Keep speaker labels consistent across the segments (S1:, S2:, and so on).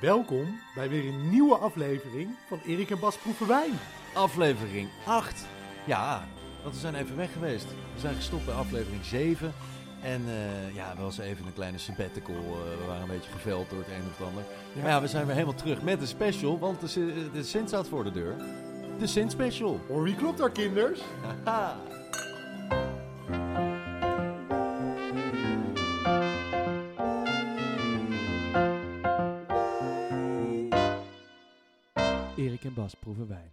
S1: Welkom bij weer een nieuwe aflevering van Erik en Bas Proeven Wijn.
S2: Aflevering 8. Ja, want we zijn even weg geweest. We zijn gestopt bij aflevering 7. En eh, ja, wel eens even een kleine sabbatical. eh, we waren een beetje geveld door het een of het ander.
S1: Ja.
S2: Maar ja, we zijn weer helemaal terug met een special. Want de, Sin- de Sint staat voor de deur. De Sint Special.
S1: Hoor wie klopt daar, kinders?
S2: Haha.
S3: Erik en Bas proeven wijn.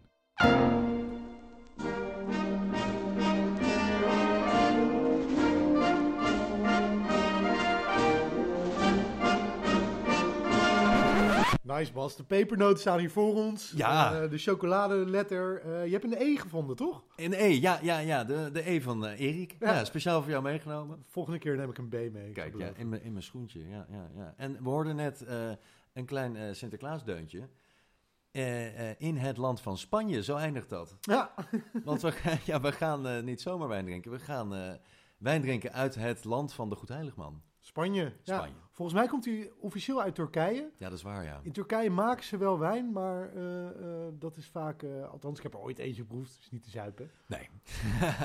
S1: Nice Bas, de pepernoten staan hier voor ons.
S2: Ja.
S1: Eh, de chocoladeletter. Eh, je hebt een E gevonden, toch?
S2: En E, ja, ja, ja. De, de E van eh, Erik.
S1: Ja.
S2: Ja. speciaal voor jou meegenomen.
S1: Volgende keer neem ik een B mee.
S2: Kijk, ja,
S1: beloofd.
S2: in mijn in mijn schoentje. Ja, ja, ja. En we hoorden net eh, een klein eh Sinterklaasdeuntje. Eh, eh, in het land van Spanje, zo eindigt dat.
S1: Ja,
S2: Want we, gaan- ja, we gaan eh, niet zomaar wijn drinken. We gaan eh, wijn drinken uit het land van de Goedheiligman.
S1: Spanje. Ja,
S2: Spanje.
S1: Volgens mij komt hij officieel uit Turkije.
S2: Ja, dat is waar, ja.
S1: In Turkije maken ze wel wijn, maar eh, eh, dat is vaak... eh, althans, ik heb er ooit eentje geproefd. Het is niet te zuipen.
S2: Nee.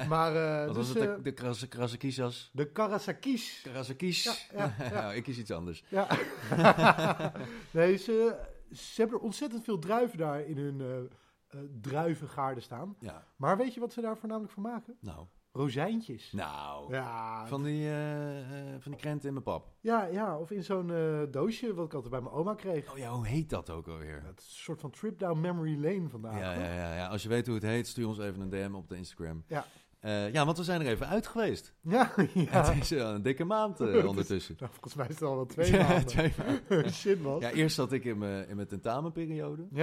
S1: Maar eh,
S2: Wat
S1: dus,
S2: was het?
S1: eh,
S2: De, de kras- Krasakisas?
S1: de Karasakis.
S2: Karasakies?
S1: Ja, ja, ja.
S2: Nou, ik kies iets anders.
S1: Ja. nee, ze, ze hebben er ontzettend veel druiven daar in hun eh, eh, druivengaarden staan.
S2: Ja,
S1: Maar weet je wat ze daar voornamelijk van maken?
S2: nou.
S1: Rozijntjes.
S2: Nou.
S1: Ja,
S2: Van die, eh, eh, van die krenten in mijn pap.
S1: ja, ja, of in zo'n eh, doosje wat ik altijd bij mijn oma kreeg.
S2: Oh ja, hoe heet dat ook alweer?
S1: Het is een soort van trip down memory lane vandaag.
S2: Ja, ja, ja, ja, als je weet hoe het heet, stuur ons even een DM op de Instagram.
S1: Ja.
S2: Eh, ja, want we zijn er even uit geweest.
S1: ja. ja.
S2: Het is eh, een dikke maand eh, ondertussen.
S1: Nou, volgens mij is het al wel twee
S2: Ja,
S1: maanden.
S2: twee maanden.
S1: Shit, man. Ja.
S2: Ja, eerst zat ik in mijn, in mijn tentamenperiode.
S1: Heb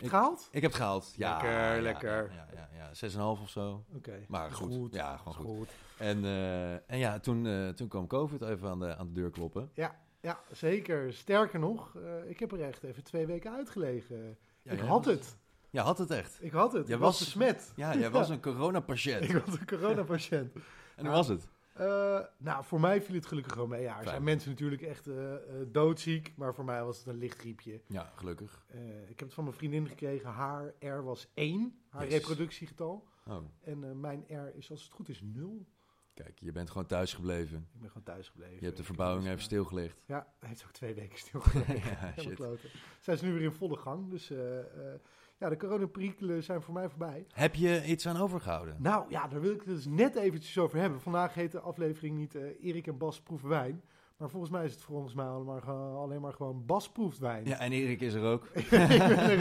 S1: je het gehaald?
S2: Ik heb het gehaald. Ja,
S1: Lekker,
S2: ja,
S1: lekker.
S2: Ja, ja, ja, 6,5 of zo.
S1: Oké.
S2: Maar
S1: Is
S2: goed. Ja, gewoon
S1: Is
S2: goed. En, eh, en ja, toen, eh, toen kwam COVID even aan de, aan de deur kloppen.
S1: Ja, zeker. Sterker nog, eh, ik heb er echt even twee weken uitgelegen.
S2: Ja, dus-
S1: ik
S2: jij
S1: had
S2: was-
S1: het.
S2: Ja, had het echt.
S1: Ik had het.
S2: Jij
S1: ik was,
S2: was-
S1: besmet.
S2: Ja, jij was een coronapatiënt.
S1: Ik was een coronapatiënt.
S2: En hoe was het?
S1: Eh, nou, voor mij viel het gelukkig gewoon mee. Ja, er
S2: Fijn.
S1: zijn mensen natuurlijk echt eh, eh, doodziek, maar voor mij was het een licht griepje.
S2: Ja, gelukkig.
S1: Eh, ik heb het van mijn vriendin gekregen. Haar R was 1, haar
S2: Jezus.
S1: reproductiegetal.
S2: Oh,
S1: En eh, mijn R is, als het goed is, 0.
S2: kijk, je bent gewoon thuis gebleven.
S1: Ik ben gewoon thuis gebleven.
S2: Je hebt de
S1: Ik
S2: verbouwing
S1: heb-
S2: even stilgelegd.
S1: Ja, hij heeft ook twee weken stilgelegen.
S2: Ja,
S1: Helemaal
S2: shit.
S1: kloten. Zijn ze nu weer in volle gang. Dus eh, eh, ja, de coronaperikelen zijn voor mij voorbij.
S2: Heb je iets aan overgehouden?
S1: Nou ja, daar wil ik het dus net eventjes over hebben. Vandaag heet de aflevering niet eh, Erik en Bas proeven wijn. Maar volgens mij is het volgens mij alleen maar, ge- alleen maar gewoon Bas proeft wijn.
S2: Ja, en Erik is er ook.
S1: ik ben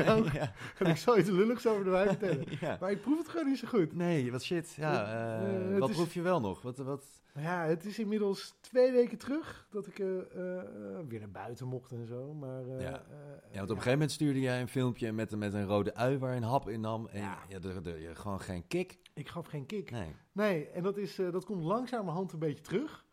S1: er ook.
S2: ja.
S1: En ik zal iets lulligs over de wijn vertellen.
S2: ja.
S1: Maar ik proef het gewoon niet zo goed.
S2: Nee, wat shit. Ja,
S1: Eh,
S2: eh,
S1: het
S2: wat
S1: is-
S2: proef je wel nog? Wat, wat...
S1: Maar Ja, het is inmiddels twee weken terug dat ik eh, eh, eh, weer naar buiten mocht en zo. Maar, eh,
S2: Ja.
S1: eh,
S2: Ja, want op een gegeven moment stuurde jij een filmpje met, met een rode ui waar een hap in nam. En
S1: Ja.
S2: ja. er- er- je- gewoon geen kick.
S1: ik gaf geen kick.
S2: Nee.
S1: Nee, en dat, is, eh, dat komt langzamerhand een beetje terug.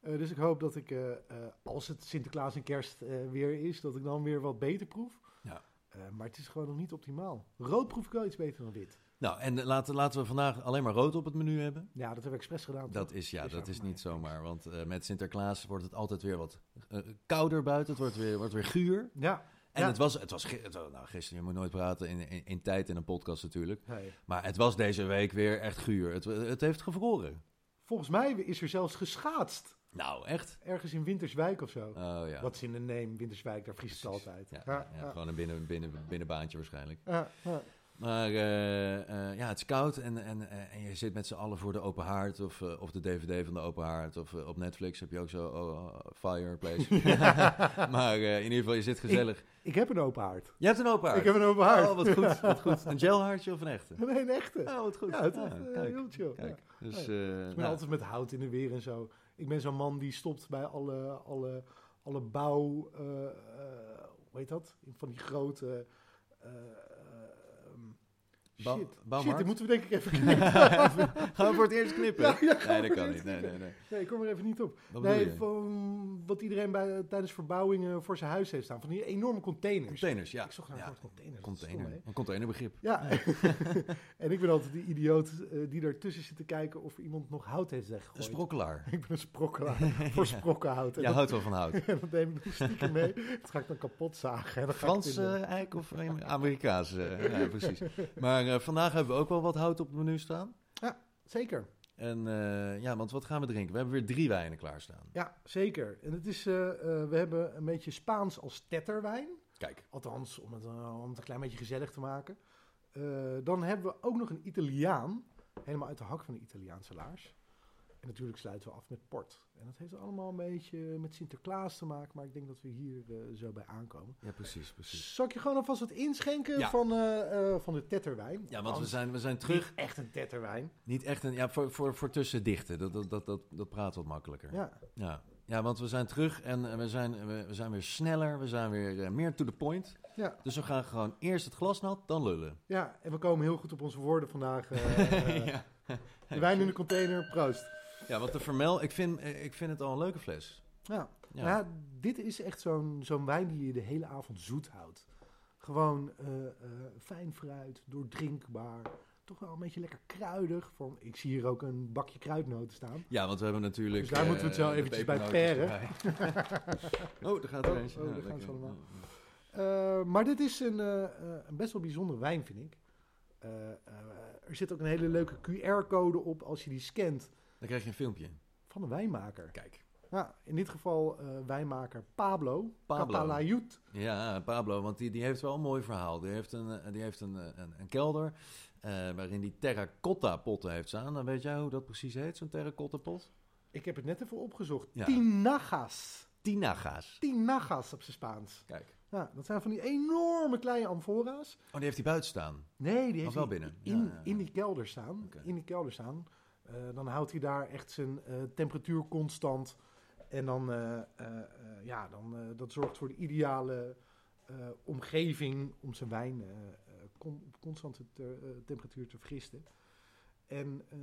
S1: Eh, dus ik hoop dat ik, eh, eh, als het Sinterklaas en kerst eh, weer is, dat ik dan weer wat beter proef.
S2: Ja.
S1: Eh, maar het is gewoon nog niet optimaal. Rood proef ik wel iets beter dan wit.
S2: Nou, en eh, laten, laten we vandaag alleen maar rood op het menu hebben.
S1: Ja, dat heb ik expres gedaan.
S2: Dat
S1: toch?
S2: is, ja,
S1: Dus
S2: dat
S1: ja,
S2: is
S1: maar-
S2: niet zomaar. Want eh, met Sinterklaas wordt het altijd weer wat eh, kouder buiten. Het wordt weer, wordt weer guur.
S1: Ja.
S2: En
S1: Ja.
S2: het was, het was gi- het was- nou, gisteren, je moet nooit praten in, in, in tijd in een podcast natuurlijk.
S1: Nee.
S2: Maar het was deze week weer echt guur. Het, het heeft gevroren.
S1: Volgens mij is er zelfs geschaatst.
S2: Nou, echt.
S1: Ergens in Winterswijk of zo.
S2: Oh ja.
S1: Wat is in de neem, Winterswijk, daar vriest het altijd.
S2: Ja,
S1: Ja,
S2: ja, ja,
S1: ja.
S2: gewoon een binnen, binnen, binnenbaantje waarschijnlijk.
S1: Ja, ja.
S2: Maar eh, eh, ja, het is koud en, en, eh, en je zit met z'n allen voor de open haard of, eh, of de DVD van de open haard. Of eh, op Netflix heb je ook zo oh, Fireplace. maar eh, in ieder geval, je zit gezellig.
S1: Ik heb een open haard.
S2: Je hebt een open haard.
S1: Ik heb een open haard.
S2: Oh, wat goed, wat goed. Een gelhaardje of een echte?
S1: Nee, een echte.
S2: Oh, wat goed.
S1: Ja, het is
S2: Ah,
S1: echt, eh,
S2: kijk,
S1: heel chill. Ja.
S2: kijk. Dus,
S1: Ja.
S2: eh,
S1: Ik ben
S2: nou,
S1: altijd met hout in de weer en zo. Ik ben zo'n man die stopt bij alle, alle, alle bouw... eh, eh, hoe heet dat? Van die grote... eh, eh,
S2: Ba-
S1: Shit.
S2: Bouwmarkt?
S1: Shit, dit moeten we denk ik even
S2: Gaan we voor het eerst knippen?
S1: Ja, ja,
S2: nee,
S1: gaan we
S2: dat
S1: voor
S2: kan
S1: het eerst
S2: niet. Nee, nee,
S1: knippen.
S2: nee.
S1: Nee, ik kom er even niet op.
S2: Wat bedoel
S1: nee,
S2: je?
S1: van wat iedereen bij, tijdens verbouwingen voor zijn huis heeft staan. Van die enorme containers.
S2: Containers, ja.
S1: Ik zocht naar
S2: Ja,
S1: een woord containers. dat is stom,
S2: container.
S1: hè?
S2: Een containerbegrip.
S1: Ja, en ik ben altijd die idioot eh, die ertussen zit te kijken of er iemand nog hout heeft
S2: Een
S1: weggegooid.
S2: sprokkelaar.
S1: Ik ben een sprokkelaar voor sprokkenhout. En
S2: Jij houdt wel van hout.
S1: dat, en dat neem ik nog stiekem mee. Dat ga ik dan kapot zagen. En dan ga ik het
S2: Frans
S1: in de-
S2: eh, eik of eh, Amerikaans? eh, ja, precies. Maar eh, vandaag hebben we ook wel wat hout op het menu staan.
S1: Zeker.
S2: En eh, ja, want wat gaan we drinken? We hebben weer drie wijnen klaarstaan.
S1: Ja, zeker. En het is, eh, eh, we hebben een beetje Spaans als tetterwijn.
S2: Kijk.
S1: Althans, om het, eh, om het een klein beetje gezellig te maken. Eh, dan hebben we ook nog een Italiaan. Helemaal uit de hak van de Italiaanse laars. En natuurlijk sluiten we af met port. En dat heeft allemaal een beetje met Sinterklaas te maken. Maar ik denk dat we hier eh, zo bij aankomen.
S2: Ja, precies, precies.
S1: Zal ik je gewoon alvast wat inschenken
S2: Ja.
S1: van, eh, eh, van de tetterwijn?
S2: Ja, want we
S1: Althans,
S2: zijn, we zijn terug.
S1: niet echt een tetterwijn.
S2: Niet echt een... Ja, voor, voor, voor tussendichten. Dat, dat, dat, dat, dat praat wat makkelijker.
S1: Ja.
S2: Ja. Ja, want we zijn terug en eh, we zijn, we, we zijn weer sneller. We zijn weer eh, meer to the point.
S1: Ja.
S2: Dus we gaan gewoon eerst het glas nat, dan lullen.
S1: ja, en we komen heel goed op onze woorden vandaag. eh, eh,
S2: ja.
S1: De wijn in de container, proost.
S2: ja, want de vermel... Ik vind, eh, ik vind het al een leuke fles.
S1: Ja.
S2: Ja.
S1: Nou Ja, dit is echt zo'n zo'n wijn die je de hele avond zoet houdt. Gewoon eh, eh, fijn fruit, doordrinkbaar. Toch wel een beetje lekker kruidig. Van, ik zie hier ook een bakje kruidnoten staan.
S2: Ja, want we hebben natuurlijk...
S1: Dus daar
S2: eh,
S1: moeten we het wel
S2: de
S1: eventjes bij
S2: pepernootjes erbij. oh, daar gaat er
S1: Oh,
S2: eentje.
S1: oh,
S2: Ja,
S1: daar gaan
S2: lekker.
S1: ze allemaal. Eh, maar dit is een, eh, eh, een best wel bijzondere wijn, vind ik. Eh, eh, er zit ook een hele leuke QR-code op als je die scant
S2: Dan krijg je een filmpje.
S1: van een wijnmaker.
S2: Kijk.
S1: Ja, in dit geval eh, wijnmaker Pablo,
S2: Pablo.
S1: Capalayut.
S2: Ja, Pablo, want die, die heeft wel een mooi verhaal. Die heeft een, eh, die heeft een, eh, een, een kelder eh, waarin die terracotta potten heeft staan. Dan weet jij hoe dat precies heet, zo'n terracotta pot?
S1: Ik heb het net even opgezocht.
S2: Ja.
S1: Tinagas.
S2: Tinaga's.
S1: Tinagas op zijn Spaans.
S2: Kijk.
S1: Ja, dat zijn van die enorme kleine amfora's.
S2: Oh, die heeft hij buiten staan.
S1: Nee, die heeft
S2: Of wel
S1: hij
S2: binnen.
S1: In,
S2: Ja, ja, ja.
S1: in die kelder staan.
S2: Oké.
S1: In die kelder staan. Eh, dan houdt hij daar echt zijn eh, temperatuur constant. En dan, eh, eh, eh, ja, dan, eh, dat zorgt voor de ideale eh, omgeving om zijn wijn eh, eh, con- op constante ter- eh, temperatuur te vergisten. En eh,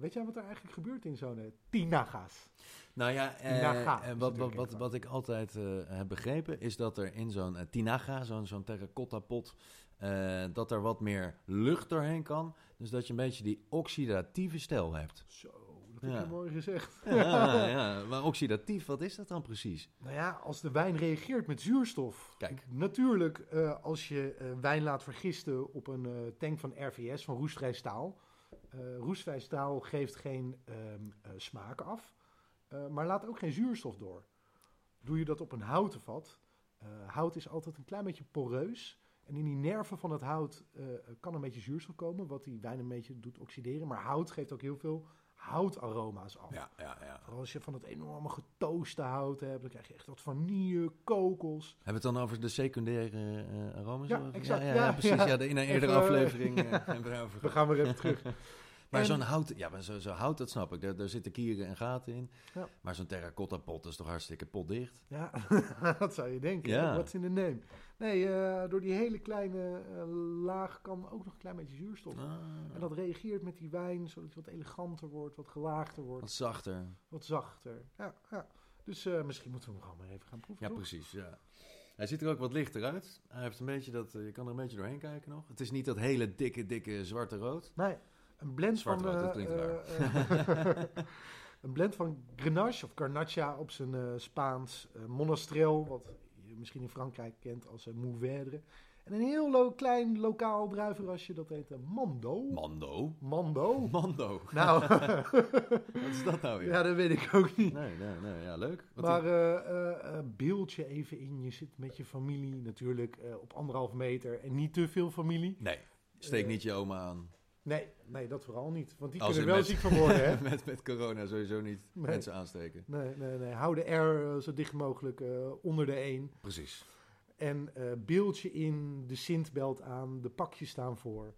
S1: weet jij wat er eigenlijk gebeurt in zo'n eh, tinagas?
S2: Nou ja, eh,
S1: Tinaga
S2: eh,
S1: is
S2: wat, wat,
S1: natuurlijk
S2: wat,
S1: echt
S2: wat ik altijd eh, heb begrepen is dat er in zo'n eh, tinaga, zo'n zo'n terracotta pot, eh, dat er wat meer lucht doorheen kan. Dus dat je een beetje die oxidatieve stijl hebt.
S1: Zo, dat heb
S2: Ja.
S1: je mooi gezegd.
S2: Ja, ja, maar oxidatief, wat is dat dan precies?
S1: Nou ja, als de wijn reageert met zuurstof.
S2: Kijk.
S1: Natuurlijk, eh, als je eh, wijn laat vergisten op een eh, tank van RVS, van roestvrij staal. Eh, roestvrij staal geeft geen ehm, eh, smaak af, eh, maar laat ook geen zuurstof door. Doe je dat op een houten vat. eh, hout is altijd een klein beetje poreus. En in die nerven van het hout eh, kan een beetje zuurstof komen, wat die wijn een beetje doet oxideren. Maar hout geeft ook heel veel houtaroma's af.
S2: ja, ja.
S1: Vooral als je van dat enorme getooste hout hebt, dan krijg je echt wat vanille, kokos.
S2: Hebben we het dan over de secundaire eh aromas?
S1: Ja, exact,
S2: Ja, ja,
S1: ja,
S2: precies.
S1: ja.
S2: Ja. de- in een eerdere
S1: Even, eh,
S2: aflevering eh, hebben we
S1: We
S2: daarover gehad.
S1: gaan weer even terug.
S2: Maar
S1: en-
S2: zo'n hout, ja, maar zo, zo hout, dat snap ik. Daar, daar zitten kieren en gaten in.
S1: Ja.
S2: Maar zo'n terracotta pot is toch hartstikke potdicht?
S1: Ja, dat zou je denken.
S2: Ja.
S1: Wat is in de name? Nee, eh, door die hele kleine eh, laag kan ook nog een klein beetje zuurstof.
S2: Ah,
S1: En dat reageert met die wijn, zodat het wat eleganter wordt, wat gelaagder
S2: wat
S1: wordt,
S2: zachter.
S1: wat zachter. Ja, ja. Dus eh, misschien moeten we hem gewoon maar even gaan proeven.
S2: Ja,
S1: toch?
S2: precies. Ja. Hij ziet er ook wat lichter uit. Hij heeft een beetje dat, eh, je kan er een beetje doorheen kijken nog. Het is niet dat hele dikke, dikke zwarte rood.
S1: Nee, een blend
S2: Zwart
S1: van...
S2: rood,
S1: eh,
S2: dat klinkt
S1: eh, eh, een blend van Grenache of Garnacha op zijn eh, Spaans. eh, monastrel, wat je misschien in Frankrijk kent als uh, Mourvèdre. En een heel lo- klein lokaal druivenrasje, dat heet eh, Mando.
S2: Mando.
S1: Mando?
S2: Mando.
S1: Nou,
S2: Wat is dat nou weer?
S1: ja, dat weet ik ook niet.
S2: Nee, nee, nee. Ja, leuk. Wat
S1: Maar
S2: een-
S1: eh, eh, eh, beeld je even in. Je zit met je familie natuurlijk eh, op anderhalf meter. En niet te veel familie.
S2: nee, steek
S1: eh,
S2: niet je oma aan.
S1: Nee, nee, dat vooral niet. Want die
S2: Als
S1: kunnen
S2: in
S1: wel
S2: met-
S1: ziek van worden, hè?
S2: met, met corona sowieso niet
S1: Nee.
S2: mensen aansteken.
S1: Nee, nee, nee. Hou de R eh, zo dicht mogelijk eh, onder de 1.
S2: Precies.
S1: En eh beeld je in, de Sintbelt aan, de pakjes staan voor.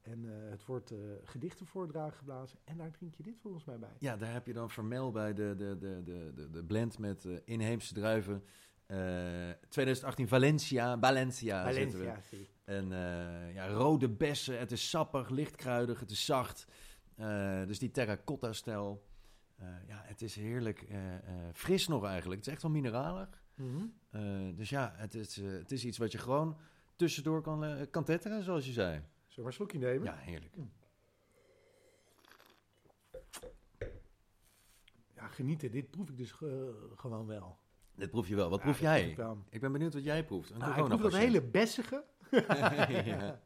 S1: En eh, het wordt eh, gedichten voordragen geblazen. En daar drink je dit volgens mij bij.
S2: Ja, daar heb je dan vermel bij de, de, de, de, de, de blend met eh, inheemse druiven. Eh, 2018 Valencia. Valencia. zetten we.
S1: Valencia. zie ik.
S2: En eh, ja, rode bessen. Het is sappig, lichtkruidig, het is zacht. Eh, dus die terracotta-stijl. Eh, ja, het is heerlijk eh, eh, fris nog eigenlijk. Het is echt wel mineralig.
S1: Mhm.
S2: Eh, dus ja, het is, eh, het is iets wat je gewoon tussendoor kan, eh, kan tetteren, zoals je zei.
S1: Zullen we maar een slokje nemen?
S2: Ja, heerlijk.
S1: Ja, genieten. Dit proef ik dus ge- gewoon wel.
S2: Dit proef je wel. Wat
S1: Ja,
S2: proef
S1: dat
S2: jij?
S1: ik
S2: ik,
S1: wel.
S2: ben benieuwd wat jij proeft. Een
S1: Nou, ik proef dat
S2: coronapatiënt.
S1: hele bessige.
S2: ja.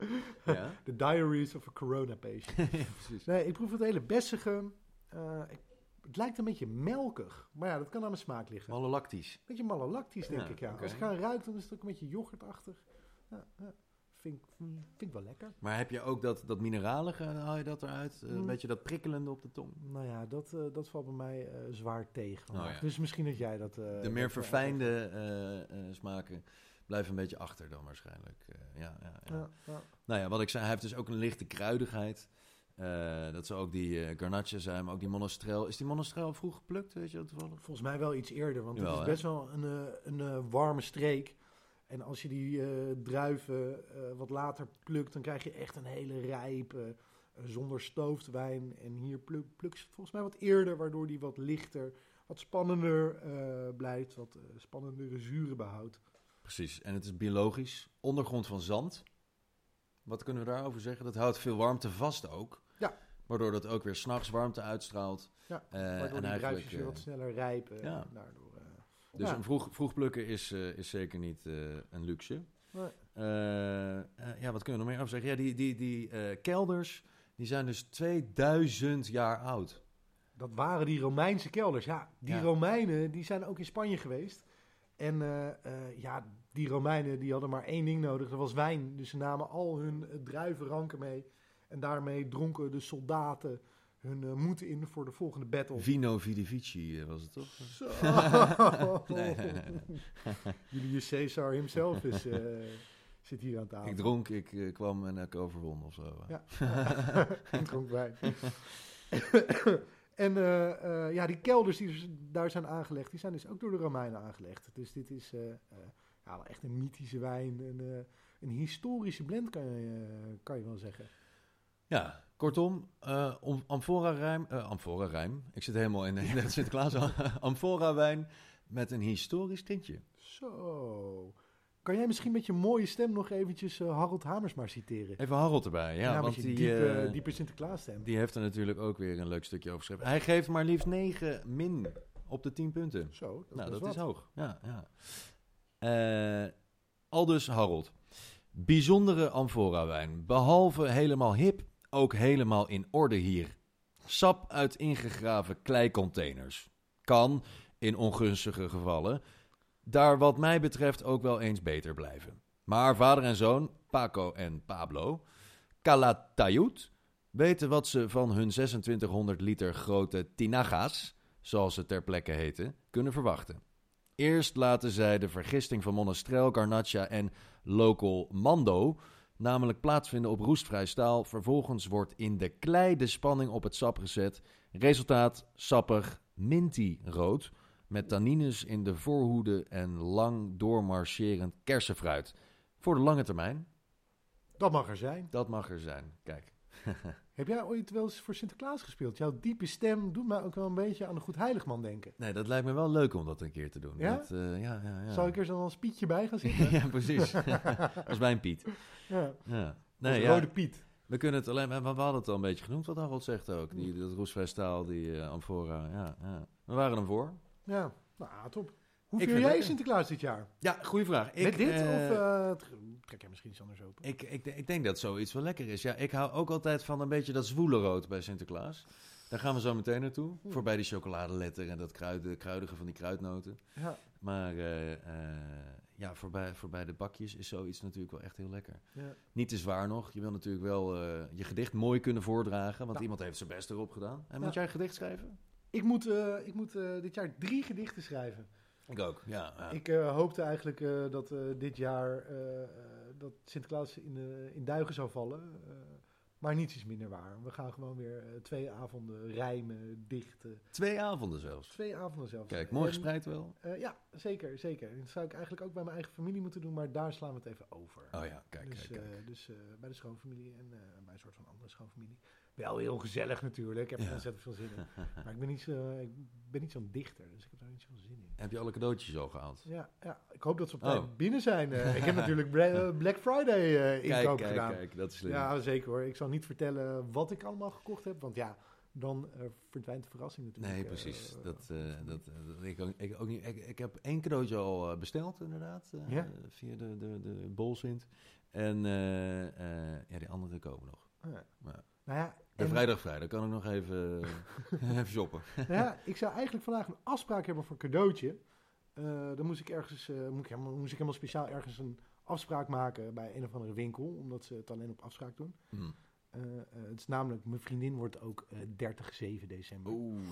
S2: ja.
S1: The Diaries of a Corona Patient.
S2: precies.
S1: Nee, ik proef het hele bessige. eh, ik- het lijkt een beetje melkig. Maar ja, dat kan aan mijn smaak liggen.
S2: Malolactisch.
S1: beetje malolactisch, denk
S2: Ja,
S1: ik, ja.
S2: oké.
S1: Als ik ga ruiken, dan is het ook een beetje yoghurtachtig. Ja, ja. Vind, ik- mm, vind ik wel lekker.
S2: Maar heb je ook dat, dat mineralige, eh, haal je dat eruit? Eh, Een
S1: Mm.
S2: beetje dat prikkelende op de tong?
S1: Nou ja, dat, eh, dat valt bij mij eh, zwaar tegen. vandaag.
S2: Oh ja.
S1: Dus misschien dat jij dat... eh,
S2: De
S1: dat,
S2: meer
S1: eh,
S2: verfijnde eh, eh, smaken blijven een beetje achter dan waarschijnlijk. Eh, ja, ja, ja.
S1: Ja, ja.
S2: Nou ja, wat ik zei, hij heeft dus ook een lichte kruidigheid. Eh, dat zou ook die eh garnacha zijn, maar ook die monastrel. Is die monastrel vroeg geplukt, weet je dat toevallig?
S1: Volgens mij wel iets eerder, want het
S2: Jawel,
S1: is
S2: hè?
S1: best wel een, eh, een eh, warme streek. En als je die eh, druiven eh, wat later plukt, dan krijg je echt een hele rijpe, eh, zonder stoofdwijn. En hier pluk, pluk ze het volgens mij wat eerder, waardoor die wat lichter, wat spannender eh, blijft. Wat eh, spannendere zuren behoudt.
S2: Precies, en het is biologisch. Ondergrond van zand. Wat kunnen we daarover zeggen? Dat houdt veel warmte vast ook.
S1: Ja.
S2: Waardoor dat ook weer s'nachts warmte uitstraalt.
S1: Ja,
S2: Eh,
S1: Waardoor
S2: en
S1: die
S2: eigenlijk,
S1: druifjes weer
S2: eh,
S1: wat sneller rijpen.
S2: ja.
S1: En daardoor, eh,
S2: Dus
S1: Ja.
S2: een vroeg, vroeg plukken is, eh, is zeker niet eh, een luxe.
S1: Nee.
S2: Eh, eh, ja, wat kunnen we nog meer over zeggen? Ja, die, die, die eh, kelders die zijn dus 2000 jaar oud.
S1: Dat waren die Romeinse kelders. Ja, die
S2: Ja.
S1: Romeinen die zijn ook in Spanje geweest. En eh, eh, ja, die Romeinen die hadden maar één ding nodig, dat was wijn. Dus ze namen al hun eh, druivenranken mee. En daarmee dronken de soldaten hun eh, moed in voor de volgende battle.
S2: Vino Vidivici eh, was het toch?
S1: Zo.
S2: Nee, nee, nee,
S1: Julius Caesar himself is, eh, zit hier aan tafel.
S2: Ik dronk, ik eh, kwam en ik overwon of zo.
S1: Ja. Ik dronk wijn. en eh, eh, ja, die kelders die dus daar zijn aangelegd, die zijn dus ook door de Romeinen aangelegd. Dus dit is eh, eh, ja, wel echt een mythische wijn. Een, eh, een historische blend kan je, eh, kan je wel zeggen.
S2: Ja, kortom, eh, om- amfora-rijm, eh, amfora-rijm, ik zit helemaal in, in het Sinterklaas, amfora-wijn met een historisch tintje.
S1: Zo. Kan jij misschien met je mooie stem nog eventjes eh, Harold Hamersma citeren?
S2: Even Harold erbij, ja,
S1: met
S2: want
S1: je
S2: die,
S1: diepe,
S2: eh,
S1: diepe Sinterklaas stem.
S2: die heeft er natuurlijk ook weer een leuk stukje over geschreven. Hij geeft maar liefst 9 min op de 10 punten.
S1: Zo, dat,
S2: nou,
S1: is
S2: dat
S1: wat.
S2: is hoog. Ja, ja. Eh, aldus Harold. Bijzondere amfora-wijn. Behalve helemaal hip, ook helemaal in orde hier. Sap uit ingegraven kleicontainers. Kan, in ongunstige gevallen, daar wat mij betreft ook wel eens beter blijven. Maar vader en zoon, Paco en Pablo, Calatayud, weten wat ze van hun 2600 liter grote tinagas, zoals ze ter plekke heten, kunnen verwachten. Eerst laten zij de vergisting van Monastrel, Garnacha en Local Mando namelijk plaatsvinden op roestvrij staal. Vervolgens wordt in de klei de spanning op het sap gezet. Resultaat sappig minty rood met tannines in de voorhoede en lang doormarcherend kersenfruit. Voor de lange termijn,
S1: dat mag er zijn.
S2: dat mag er zijn. Kijk.
S1: Heb jij ooit wel eens voor Sinterklaas gespeeld? Jouw diepe stem doet mij ook wel een beetje aan de Goed Heiligman denken.
S2: Nee, dat lijkt me wel leuk om dat een keer te doen.
S1: Ja?
S2: Dat, eh, ja, ja, ja.
S1: Zal ik er zo een spietje bij gaan zitten?
S2: ja, precies. Als mijn Piet.
S1: Ja.
S2: Ja.
S1: Nee,
S2: Nee, ja,
S1: Rode Piet.
S2: we kunnen het alleen maar, we hadden het al een beetje genoemd, wat Harold zegt ook. Die, dat roestvrij staal, die eh amfora, ja, ja. We waren hem voor.
S1: Ja, nou, top. Hoe
S2: Ik
S1: vier
S2: vind
S1: jij
S2: het-
S1: Sinterklaas dit jaar?
S2: Ja, goede vraag. Ik,
S1: Met dit?
S2: eh,
S1: of eh, tre- trek jij misschien iets anders open?
S2: ik, ik, ik denk dat zoiets wel lekker is. Ja, ik hou ook altijd van een beetje dat zwoele rood bij Sinterklaas. Daar gaan we zo meteen naartoe. Voorbij die chocoladeletter en dat kruiden, kruidige van die kruidnoten.
S1: Ja,
S2: Maar eh, eh, ja, voorbij, voorbij de bakjes is zoiets natuurlijk wel echt heel lekker.
S1: ja.
S2: Niet te zwaar nog. Je wil natuurlijk wel eh, je gedicht mooi kunnen voordragen. Want
S1: Ja.
S2: iemand heeft zijn best erop gedaan. En
S1: Ja.
S2: moet jij een gedicht schrijven?
S1: Ik moet, eh, ik moet eh, dit jaar drie gedichten schrijven.
S2: Ik ook, ja. ja.
S1: Ik eh, hoopte eigenlijk eh, dat eh, dit jaar eh, eh, dat Sinterklaas in, eh, in duigen zou vallen. Eh, Maar niets is minder waar. We gaan gewoon weer eh, twee avonden rijmen, dichten.
S2: Twee avonden zelfs.
S1: Twee avonden zelfs.
S2: Kijk, mooi
S1: En,
S2: gespreid wel.
S1: eh, ja, zeker, zeker. Dat zou ik eigenlijk ook bij mijn eigen familie moeten doen, maar daar slaan we het even over.
S2: Oh ja, kijk,
S1: dus
S2: kijk, kijk.
S1: eh, dus eh, bij de schoonfamilie en eh, bij een soort van andere schoonfamilie. Wel heel gezellig natuurlijk, ik heb er
S2: Ja.
S1: ontzettend veel zin in. Maar ik ben niet, zo, ik ben niet zo'n dichter, dus ik heb daar niet zoveel zin in.
S2: Heb je alle cadeautjes al gehaald?
S1: Ja, ja, ik hoop dat ze op tijd
S2: Oh.
S1: binnen zijn. Eh, ik heb natuurlijk Bra- eh, Black Friday eh, inkoop
S2: Kijk, kijk,
S1: gedaan.
S2: kijk, dat is slim.
S1: Ja, zeker hoor. Ik zal niet vertellen wat ik allemaal gekocht heb, want ja, dan eh, verdwijnt de verrassing natuurlijk.
S2: Nee,
S1: eh,
S2: precies.
S1: eh,
S2: dat, eh,
S1: familie.
S2: dat, dat- ik, ook, ik, ook niet, ik, ik heb één cadeautje al eh, besteld, inderdaad. eh,
S1: Ja.
S2: Via de, de, de Bolsint. En eh, eh, ja, die andere komen nog.
S1: Ah, ja.
S2: Ja.
S1: Nou ja,
S2: En
S1: en-
S2: vrijdag, vrijdag kan ik nog even, even shoppen.
S1: Nou ja, ik zou eigenlijk vandaag een afspraak hebben voor een cadeautje. Eh, dan moest ik ergens, eh, moet ik helemaal, moest ik helemaal speciaal ergens een afspraak maken bij een of andere winkel, omdat ze het alleen op afspraak doen.
S2: Hm.
S1: Eh, eh, het is namelijk, mijn vriendin wordt ook eh 30, 7 december.
S2: Oeh,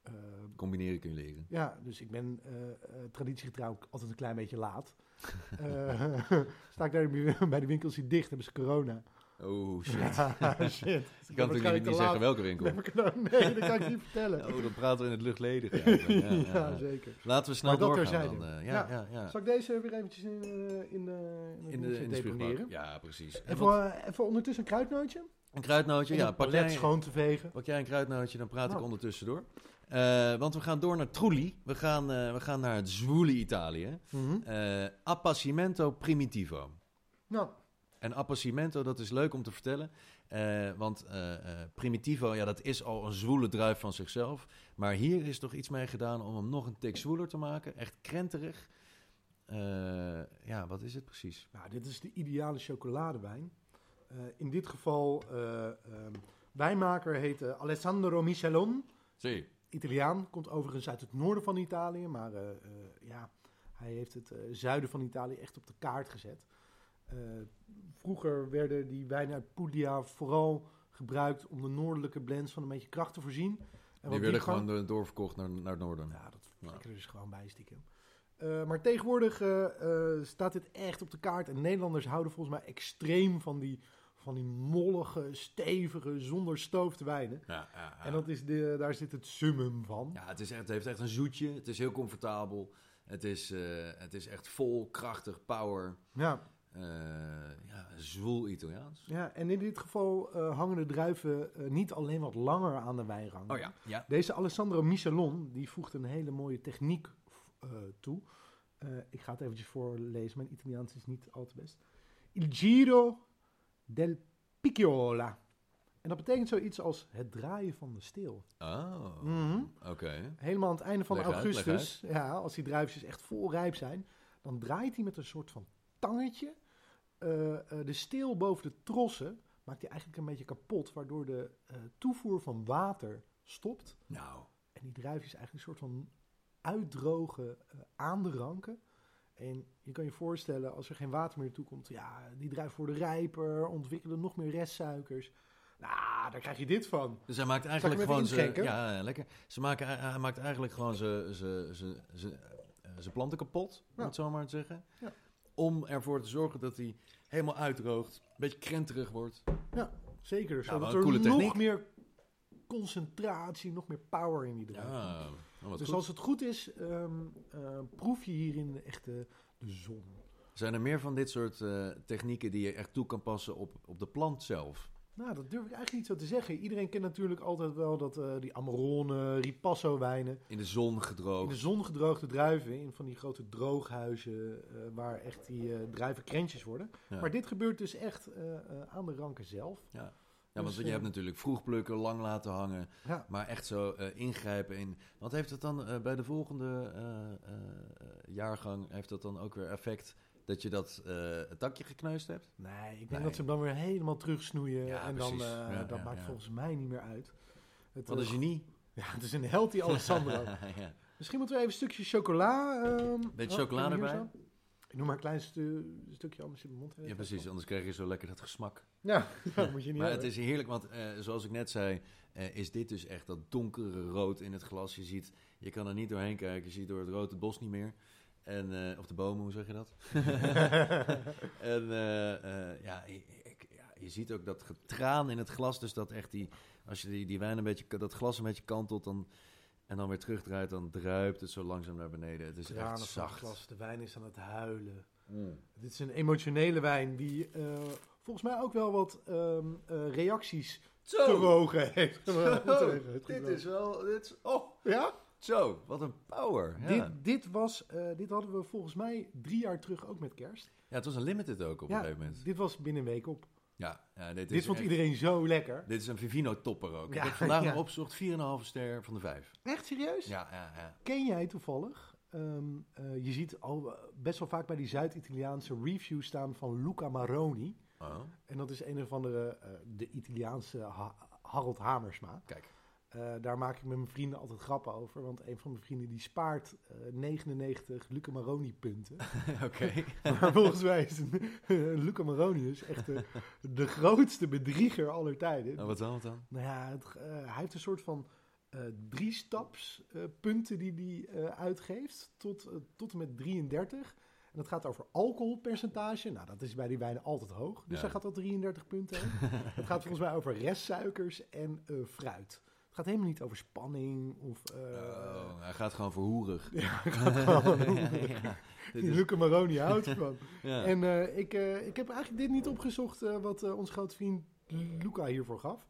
S1: Eh,
S2: combineren kun je leren.
S1: ja, dus ik ben eh, eh, traditiegetrouw ook altijd een klein beetje laat. Eh, sta ik daar in de- bij de winkel, zit dicht, hebben ze corona.
S2: Oh shit.
S1: shit.
S2: Je kan natuurlijk niet, niet zeggen welke winkel.
S1: Nee, nee, dat kan ik niet vertellen.
S2: Oh, dan praten we in het luchtledige. eigenlijk. Ja, ja,
S1: ja,
S2: ja.
S1: zeker.
S2: Laten we snel
S1: Maar dat
S2: doorgaan
S1: terzijde.
S2: dan. eh, ja,
S1: Ja.
S2: ja, ja.
S1: Zal ik deze weer eventjes in, eh, in de, in
S2: In
S1: de,
S2: de, in de
S1: deponeren?
S2: spuugbak. Ja, precies. En
S1: Even,
S2: wat-
S1: eh, even ondertussen een kruidnootje.
S2: een kruidnootje.
S1: Om
S2: Ja,
S1: het
S2: pak
S1: palet
S2: jij,
S1: schoon te vegen.
S2: pak jij een kruidnootje, dan praat ik
S1: Nou.
S2: ondertussen door. Eh, want we gaan door naar Trulli. We gaan, eh, we gaan naar het zwoele Italië. Eh Appassimento primitivo.
S1: Nou,
S2: En Appassimento, dat is leuk om te vertellen. eh, want eh, eh, Primitivo, ja, dat is al een zwoele druif van zichzelf. Maar hier is toch iets mee gedaan om hem nog een tik zwoeler te maken. Echt krenterig. Eh, ja, wat is het precies?
S1: nou, dit is de ideale chocoladewijn. Eh, in dit geval, eh, ehm, wijnmaker heet eh, Alessandro Michelon.
S2: Zie.
S1: Italiaan, komt overigens uit het noorden van Italië, maar eh, eh, ja, hij heeft het eh, zuiden van Italië echt op de kaart gezet. Eh, vroeger werden die wijnen uit Puglia vooral gebruikt om de noordelijke blends van een beetje kracht te voorzien. En wat
S2: Die werden
S1: gang-
S2: gewoon eh, doorverkocht naar, naar het noorden.
S1: Ja, dat flikkeren ze gewoon bij stiekem. Eh, maar tegenwoordig eh, eh, staat dit echt op de kaart. En Nederlanders houden volgens mij extreem van die, van die mollige, stevige, zonder stoof te wijnen.
S2: Ja, ja, ja.
S1: En dat is de, daar zit het summum van.
S2: Ja, het, is echt, het heeft echt een zoetje. Het is heel comfortabel. Het is, eh, het is echt vol, krachtig, power.
S1: Ja,
S2: Eh, ja, zwoel Italiaans.
S1: ja en in dit geval eh, hangen de druiven eh, niet alleen wat langer aan de wijnrang.
S2: Oh ja. ja.
S1: Deze Alessandro Michelon, die voegt een hele mooie techniek eh, toe. Eh, ik ga het eventjes voorlezen, mijn Italiaans is niet al te best. Il giro del picciola. En dat betekent zoiets als het draaien van de steel.
S2: Oh,
S1: Mhm.
S2: oké.
S1: Helemaal aan het einde van
S2: Leg uit, leg
S1: augustus, ja, als die druifjes echt vol rijp zijn, dan draait hij met een soort van tangetje eh, eh, de steel boven de trossen. Maakt hij eigenlijk een beetje kapot, waardoor de eh, toevoer van water stopt.
S2: Nou,
S1: En die druifjes eigenlijk een soort van uitdrogen eh, aan de ranken. En je kan je voorstellen, als er geen water meer toe komt, ja, die druiven worden rijper, ontwikkelen nog meer restsuikers. Nou, daar krijg je dit van.
S2: Dus hij maakt eigenlijk
S1: ik hem
S2: gewoon
S1: even
S2: zijn...
S1: inschenken?
S2: Ja, ja, lekker. Ze maken, hij- hij maakt eigenlijk gewoon zijn- zijn- zijn zijn- eh, zijn planten kapot, om
S1: Ja.
S2: het zo maar te zeggen.
S1: Ja.
S2: Om ervoor te zorgen dat hij helemaal uitdroogt, een beetje krenterig wordt.
S1: Zeker,
S2: wel
S1: zodat
S2: een coole
S1: er nog
S2: techniek.
S1: meer concentratie, nog meer power in die druif.
S2: Ja, nou, wat
S1: dus
S2: goed.
S1: als het goed is, ehm, eh, proef je hierin echt de, de zon.
S2: Zijn er meer van dit soort eh, technieken die je echt toe kan passen op, op de plant zelf?
S1: Nou, dat durf ik eigenlijk niet zo te zeggen. Iedereen kent natuurlijk altijd wel dat, eh, die Amarone, Ripasso wijnen.
S2: In de zon
S1: In
S2: gedroogd.
S1: de zon gedroogde druiven, in van die grote drooghuizen, eh, waar echt die eh druiven krentjes worden.
S2: Ja.
S1: Maar dit gebeurt dus echt eh, eh, aan de ranken zelf.
S2: Ja, want
S1: dus,
S2: je
S1: eh,
S2: hebt natuurlijk vroeg plukken, lang laten hangen.
S1: Ja.
S2: Maar echt zo eh, ingrijpen in. Wat heeft dat dan eh, bij de volgende eh, eh, jaargang? Heeft dat dan ook weer effect dat je dat eh, het takje gekneusd hebt?
S1: Nee, ik denk
S2: Nee.
S1: dat ze hem dan weer helemaal terugsnoeien
S2: Ja,
S1: en dan,
S2: precies.
S1: eh,
S2: Ja,
S1: dat
S2: ja,
S1: maakt
S2: ja.
S1: volgens mij niet meer uit. Het,
S2: Wat een
S1: eh,
S2: genie.
S1: ja, het is een healthy Alessandro.
S2: ja.
S1: Misschien moeten we even een stukje chocola... ehm,
S2: Beetje
S1: oh,
S2: chocola
S1: kan hier
S2: erbij?
S1: zo? Ik noem maar een klein stu- stukje, anders in mijn mond.
S2: ja, precies. Anders krijg je zo lekker dat gesmak.
S1: Ja, dat moet je niet
S2: Maar het
S1: hebben.
S2: is heerlijk, want eh, zoals ik net zei, eh, is dit dus echt dat donkere rood in het glas. Je ziet, je kan er niet doorheen kijken. Je ziet door het rood het bos niet meer. En, eh, of de bomen, hoe zeg je dat? en eh, eh, ja, ik, ik- ja, ik- je ziet ook dat getraan in het glas. Dus dat echt die, als je die, die wijn een beetje, dat glas een beetje kantelt dan, en dan weer terugdraait, dan druipt het zo langzaam naar beneden. Het is
S1: Tranen
S2: echt
S1: van het
S2: zacht.
S1: glas, de wijn is aan het huilen.
S2: Mm.
S1: Dit is een emotionele wijn die eh, volgens mij ook wel wat ehm, eh, reacties tewogen heeft.
S2: Zo, Oh. dit is wel, dit is, oh,
S1: Ja?
S2: zo, wat een power. Ja.
S1: Dit, dit, was, eh, dit hadden we volgens mij drie jaar terug ook met kerst.
S2: ja, het was een limited ook op
S1: Ja,
S2: een gegeven moment.
S1: Dit was binnen een week op.
S2: Ja, ja, dit,
S1: dit
S2: is
S1: vond
S2: echt-
S1: iedereen zo lekker.
S2: Dit is een Vivino-topper ook.
S1: Ja,
S2: ik heb vandaag
S1: ja.
S2: nog opgezocht, 4,5 ster van de 5.
S1: Echt serieus?
S2: Ja, ja, ja.
S1: Ken jij toevallig? ehm, eh, je ziet al eh, best wel vaak bij die Zuid-Italiaanse reviews staan van Luca Maroni.
S2: Oh,
S1: En dat is een of andere, eh, de Italiaanse Ha- Harold Hamersma.
S2: kijk.
S1: Eh, daar maak ik met mijn vrienden altijd grappen over. Want een van mijn vrienden die spaart eh, 99 Luca Maroni punten.
S2: Oké.
S1: maar volgens mij is een, Luca Maroni is echt de, de grootste bedrieger aller tijden.
S2: Nou, wat dan, wat dan?
S1: Nou ja, het, eh, hij heeft een soort van eh drie staps eh, punten die hij eh, uitgeeft tot, eh, tot en met 33. En dat gaat over alcoholpercentage. Nou, dat is bij die wijnen altijd hoog. Dus
S2: Ja.
S1: hij gaat al 33 punten heen. het gaat volgens mij over restsuikers en eh, fruit. Het gaat helemaal niet over spanning of... eh
S2: Oh, hij gaat gewoon voor hoerig.
S1: ja, het gaat gewoon-
S2: Ja, ja. Dit
S1: Die
S2: is-
S1: Luca Maroni houdt ervan.
S2: ja.
S1: En eh, ik, eh, ik heb eigenlijk dit niet opgezocht eh, wat eh, ons grote vriend Luca hiervoor gaf.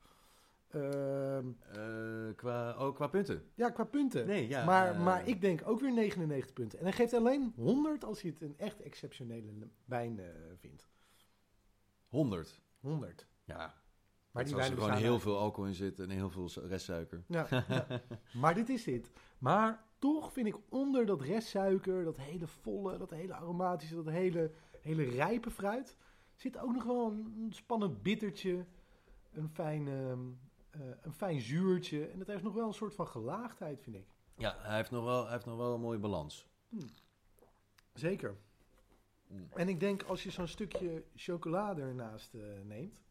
S1: Ehm,
S2: Eh, qua, oh, qua punten?
S1: ja, qua punten.
S2: Nee, ja.
S1: maar,
S2: eh,
S1: maar ik denk ook weer 99 punten. En hij geeft alleen 100 als hij het een echt exceptionele le- wijn eh, vindt.
S2: 100.
S1: 100.
S2: Ja,
S1: Maar
S2: als er
S1: wijnen
S2: gewoon
S1: bestaan
S2: heel
S1: uit-
S2: veel alcohol in zit en heel veel su- restsuiker.
S1: Ja, ja. Maar dit is dit. Maar toch vind ik onder dat restsuiker, dat hele volle, dat hele aromatische, dat hele, hele rijpe fruit, zit ook nog wel een een spannend bittertje, een fijn, ehm, eh, een fijn zuurtje. En dat heeft nog wel een soort van gelaagdheid, vind ik.
S2: Ja, hij heeft nog wel, hij heeft nog wel een mooie balans.
S1: Zeker.
S2: Mm.
S1: En ik denk als je zo'n stukje chocolade ernaast eh, neemt.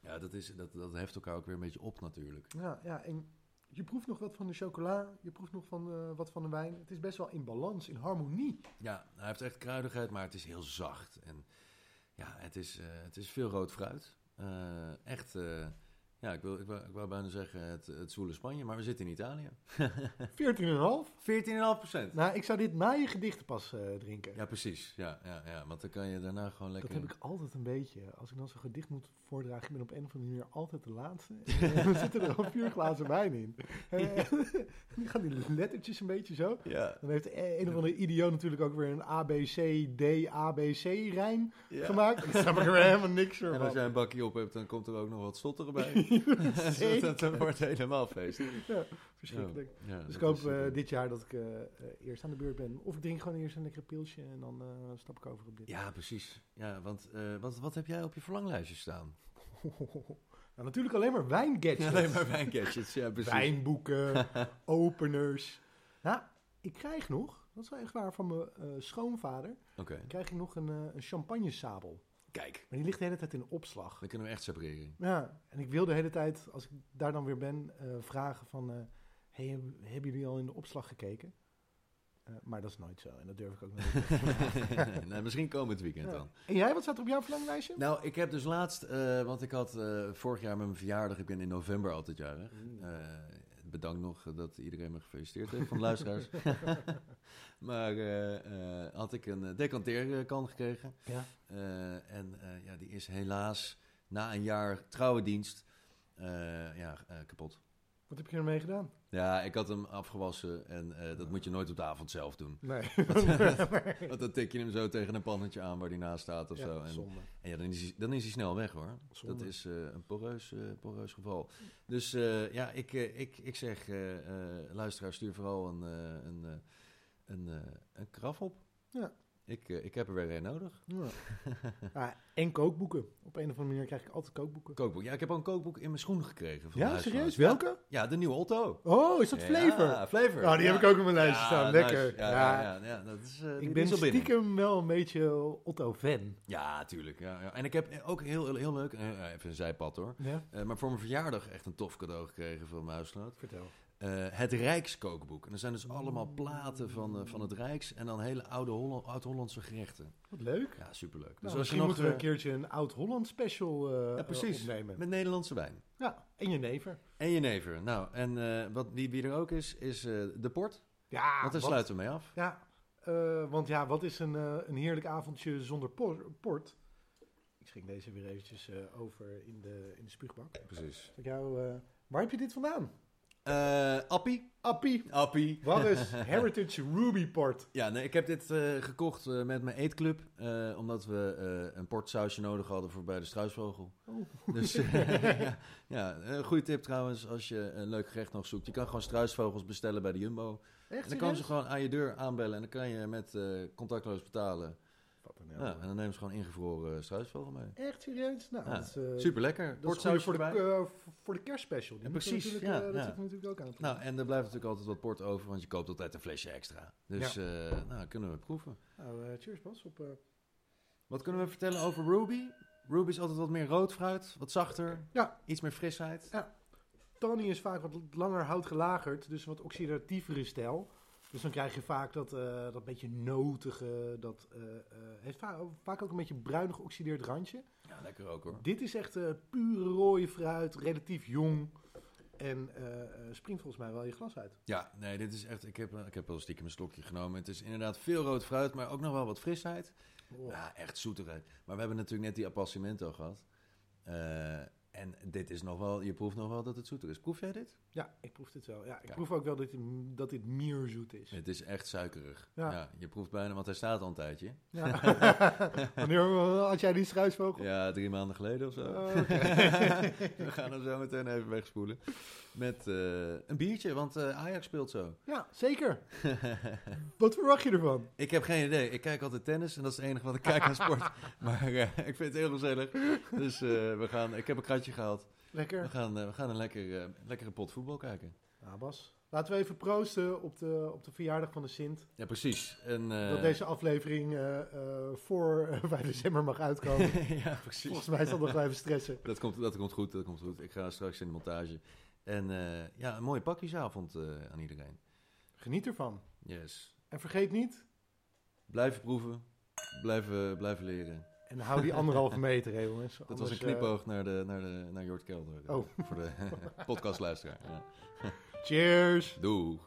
S2: Ja, dat, is, dat, dat heft elkaar ook weer een beetje op natuurlijk.
S1: Ja, ja, en je proeft nog wat van de chocola, je proeft nog van, eh, wat van de wijn. Het is best wel in balans, in harmonie.
S2: Ja, hij heeft echt kruidigheid, maar het is heel zacht. En ja, het is, eh, het is veel rood fruit. Eh, echt, eh, ja, ik wil, ik, wil, ik wil bijna zeggen het, het zoele Spanje, maar we zitten in Italië.
S1: 14,5.
S2: 14,5 procent.
S1: Nou, ik zou dit na je gedichten pas eh, drinken.
S2: Ja, precies. Ja, ja, ja, want dan kan je daarna gewoon
S1: dat
S2: lekker...
S1: heb ik altijd een beetje. Als ik dan zo'n gedicht moet voordragen, ik ben op een of andere manier altijd de laatste. En eh, dan zitten er al vier glazen wijn in. Eh, die gaan die lettertjes een beetje zo.
S2: Ja,
S1: Dan heeft e- een of andere idioot natuurlijk ook weer een ABC, D, ABC rijm
S2: ja.
S1: gemaakt. Daar snap ik er helemaal niks
S2: En als
S1: van.
S2: jij een bakje op hebt, dan komt er ook nog wat stotteren bij. Dus dat, dat wordt helemaal feest.
S1: Verschrikkelijk.
S2: Ja,
S1: Dus ik
S2: dat
S1: hoop
S2: is, eh,
S1: eh, dit jaar dat ik eh, eh, eerst aan de beurt ben. Of ik drink gewoon eerst een lekker pilsje en dan eh, stap ik over op dit.
S2: Ja, precies. Ja, want eh, wat, wat heb jij op je verlanglijstje staan?
S1: Nou, natuurlijk alleen maar wijngadgets.
S2: Alleen maar wijncatches, ja precies.
S1: Wijnboeken, openers. Nou, ik krijg nog, dat is wel echt waar, van mijn eh, schoonvader,
S2: Oké,
S1: krijg ik nog een, eh, een champagnesabel.
S2: kijk.
S1: Maar die ligt de hele tijd in opslag.
S2: Dan kunnen we echt separeren.
S1: Ja, en ik wil de hele tijd, als ik daar dan weer ben, eh, vragen van... eh, hey, heb- hebben jullie al in de opslag gekeken? Eh, maar dat is nooit zo en dat durf ik ook nooit.
S2: nou, misschien komend weekend dan.
S1: En jij, wat staat er op jouw verlanglijstje?
S2: Nou, ik heb dus laatst, eh, want ik had eh, vorig jaar met mijn verjaardag, ik ben in november altijd jarig. Eh, bedankt nog dat iedereen me gefeliciteerd heeft van de luisteraars. maar eh, eh, had ik een eh, decanteerkan gekregen.
S1: Ja.
S2: Eh, en eh, ja, die is helaas na een jaar trouwe dienst eh, ja, eh, kapot.
S1: Wat heb je ermee gedaan?
S2: Ja, ik had hem afgewassen en eh, dat moet je nooit op de avond zelf doen.
S1: Nee.
S2: Want dan tik je hem zo tegen een pannetje aan waar die naast staat of
S1: Ja,
S2: zo. En,
S1: zonde.
S2: en ja, dan is, hij, dan is hij snel weg hoor.
S1: Zonde.
S2: Dat is eh, een poreus, eh, poreus geval. Dus eh, ja, ik, eh, ik, ik zeg, eh, eh, luisteraar, stuur vooral een, eh, een, eh, een, eh, een kraf op.
S1: Ja.
S2: Ik, eh, ik heb er weer een nodig.
S1: Ja. Ah, en kookboeken. Op een of andere manier krijg ik altijd kookboeken.
S2: Kookboek. Ja, ik heb al een kookboek in mijn schoen gekregen. Van de
S1: Ja,
S2: huisarts.
S1: serieus? Welke?
S2: Ja, de nieuwe Otto.
S1: Oh, is dat flavor?
S2: Ja, flavor.
S1: Nou, die heb ik ook op mijn lijstje
S2: Ja,
S1: staan.
S2: nice.
S1: Lekker.
S2: Ja,
S1: Ja.
S2: ja. Ja, ja, dat is, eh, die-
S1: Ik
S2: die
S1: ben
S2: is al binnen.
S1: stiekem wel een beetje Otto-fan.
S2: Ja, tuurlijk. Ja, ja. En ik heb ook heel, heel leuk, eh, even een zijpad hoor.
S1: Ja?
S2: Eh, maar voor mijn verjaardag echt een tof cadeau gekregen van mijn huisgenoot.
S1: Vertel.
S2: eh, het Rijkskookboek. En er zijn dus allemaal platen van, eh, van het Rijks en dan hele oude Holla- oud-Hollandse gerechten.
S1: Wat leuk.
S2: Ja,
S1: Dus
S2: superleuk. Dus als je
S1: misschien
S2: nog
S1: moeten we
S2: eh,
S1: een keertje een oud-Holland special eh
S2: Ja, precies.
S1: eh, opnemen.
S2: met Nederlandse wijn.
S1: Ja, en jenever.
S2: En jenever. Nou, en eh, wat, die, wie er ook is, is eh, de port.
S1: Ja,
S2: Want daar
S1: Ah, wat-
S2: sluiten we mee af.
S1: Ja, eh, want ja, wat is een, eh, een heerlijk avondje zonder por- port? Ik schrik deze weer eventjes eh, over in de, in de spuugbak.
S2: Precies.
S1: Zal ik jou, eh, waar heb je dit vandaan?
S2: Eh, Appie.
S1: Appie,
S2: Appie.
S1: wat is Heritage Ruby Port?
S2: Ja, nee, ik heb dit eh, gekocht eh, met mijn eetclub. eh, omdat we eh, een portsausje nodig hadden voor bij de struisvogel.
S1: Oh.
S2: Dus eh, ja, ja, een goede tip trouwens als je een leuk gerecht nog zoekt. Je kan gewoon struisvogels bestellen bij de Jumbo. En
S1: Echt
S2: dan komen ze
S1: serieus?
S2: gewoon aan je deur aanbellen en dan kan je met eh, contactloos betalen.
S1: Wat een
S2: Ja,
S1: hel.
S2: en dan nemen ze gewoon ingevroren eh, struisvogel mee.
S1: Echt serieus? Nou,
S2: Ja,
S1: dat is, eh,
S2: Super lekker.
S1: dat is goed
S2: Portsausje
S1: voor de,
S2: erbij.
S1: eh, voor- voor de kerstspecial. Die
S2: Ja,
S1: moeten we
S2: precies,
S1: natuurlijk,
S2: ja,
S1: eh,
S2: ja.
S1: Dat zit er natuurlijk ook aan. te
S2: Nou, en er blijft natuurlijk altijd wat port over, want je koopt altijd een flesje extra. Dus eh, nou, kunnen we proeven.
S1: Nou, eh, cheers Bas. Op, eh,
S2: Wat kunnen we vertellen over Ruby? Ruby is altijd wat meer rood fruit, wat zachter.
S1: Ja.
S2: Iets meer frisheid.
S1: Tannie is vaak wat langer hout gelagerd, dus een wat oxidatievere stijl. Dus dan krijg je vaak dat, eh, dat beetje notige, dat eh, eh, heeft va- vaak ook een beetje bruin geoxideerd randje.
S2: Ja, lekker ook hoor.
S1: Dit is echt eh pure rode fruit, relatief jong en eh, eh, springt volgens mij wel je glas uit.
S2: Ja, nee, dit is echt... Ik heb, eh, ik heb wel stiekem een slokje genomen. Het is inderdaad veel rood fruit, maar ook nog wel wat frisheid.
S1: Oh.
S2: Ja, echt zoeterheid. Maar we hebben natuurlijk net die appassimento gehad. Eh, en dit is nog wel... Je proeft nog wel dat het zoeter is. Proef jij dit?
S1: Ja, ik proef dit wel. Ja, ik
S2: Ja.
S1: proef ook wel dat, dit- dat dit meer zoet is.
S2: Het is echt suikerig.
S1: Ja.
S2: Ja. je proeft bijna, want hij staat al een tijdje.
S1: Ja. Wanneer had jij die struisvogel?
S2: Ja, drie maanden geleden of zo.
S1: Oh, oké.
S2: we gaan hem zo meteen even wegspoelen. Met eh, een biertje, want eh, Ajax speelt zo.
S1: Ja, zeker. Wat verwacht je ervan?
S2: Ik heb geen idee. Ik kijk altijd tennis en dat is het enige wat ik kijk aan sport. maar eh, ik vind het heel gezellig. Dus eh, we gaan, ik heb een kratje gehaald. We
S1: Lekker.
S2: gaan, eh, we gaan een lekker, eh, lekkere pot voetbal kijken.
S1: Nou Bas, laten we even proosten op de, op de verjaardag van de Sint.
S2: Ja, precies. En, eh,
S1: Dat deze aflevering eh, eh, voor eh, 5 december mag uitkomen.
S2: ja, precies.
S1: Volgens mij is dat nog wel even stressen.
S2: Dat komt, dat komt goed, dat komt goed. Ik ga straks in de montage. En eh, ja, een mooie pakjesavond eh, aan iedereen.
S1: Geniet ervan.
S2: Yes.
S1: En vergeet niet,
S2: Blijven proeven, blijven, blijven leren.
S1: en hou die anderhalve meter, hè, jongens.
S2: Dat was een knipoog naar, de, naar, de, naar Jort Kelder. eh,
S1: eh, Oh.
S2: Voor de podcastluisteraar. Ja.
S1: cheers!
S2: Doeg.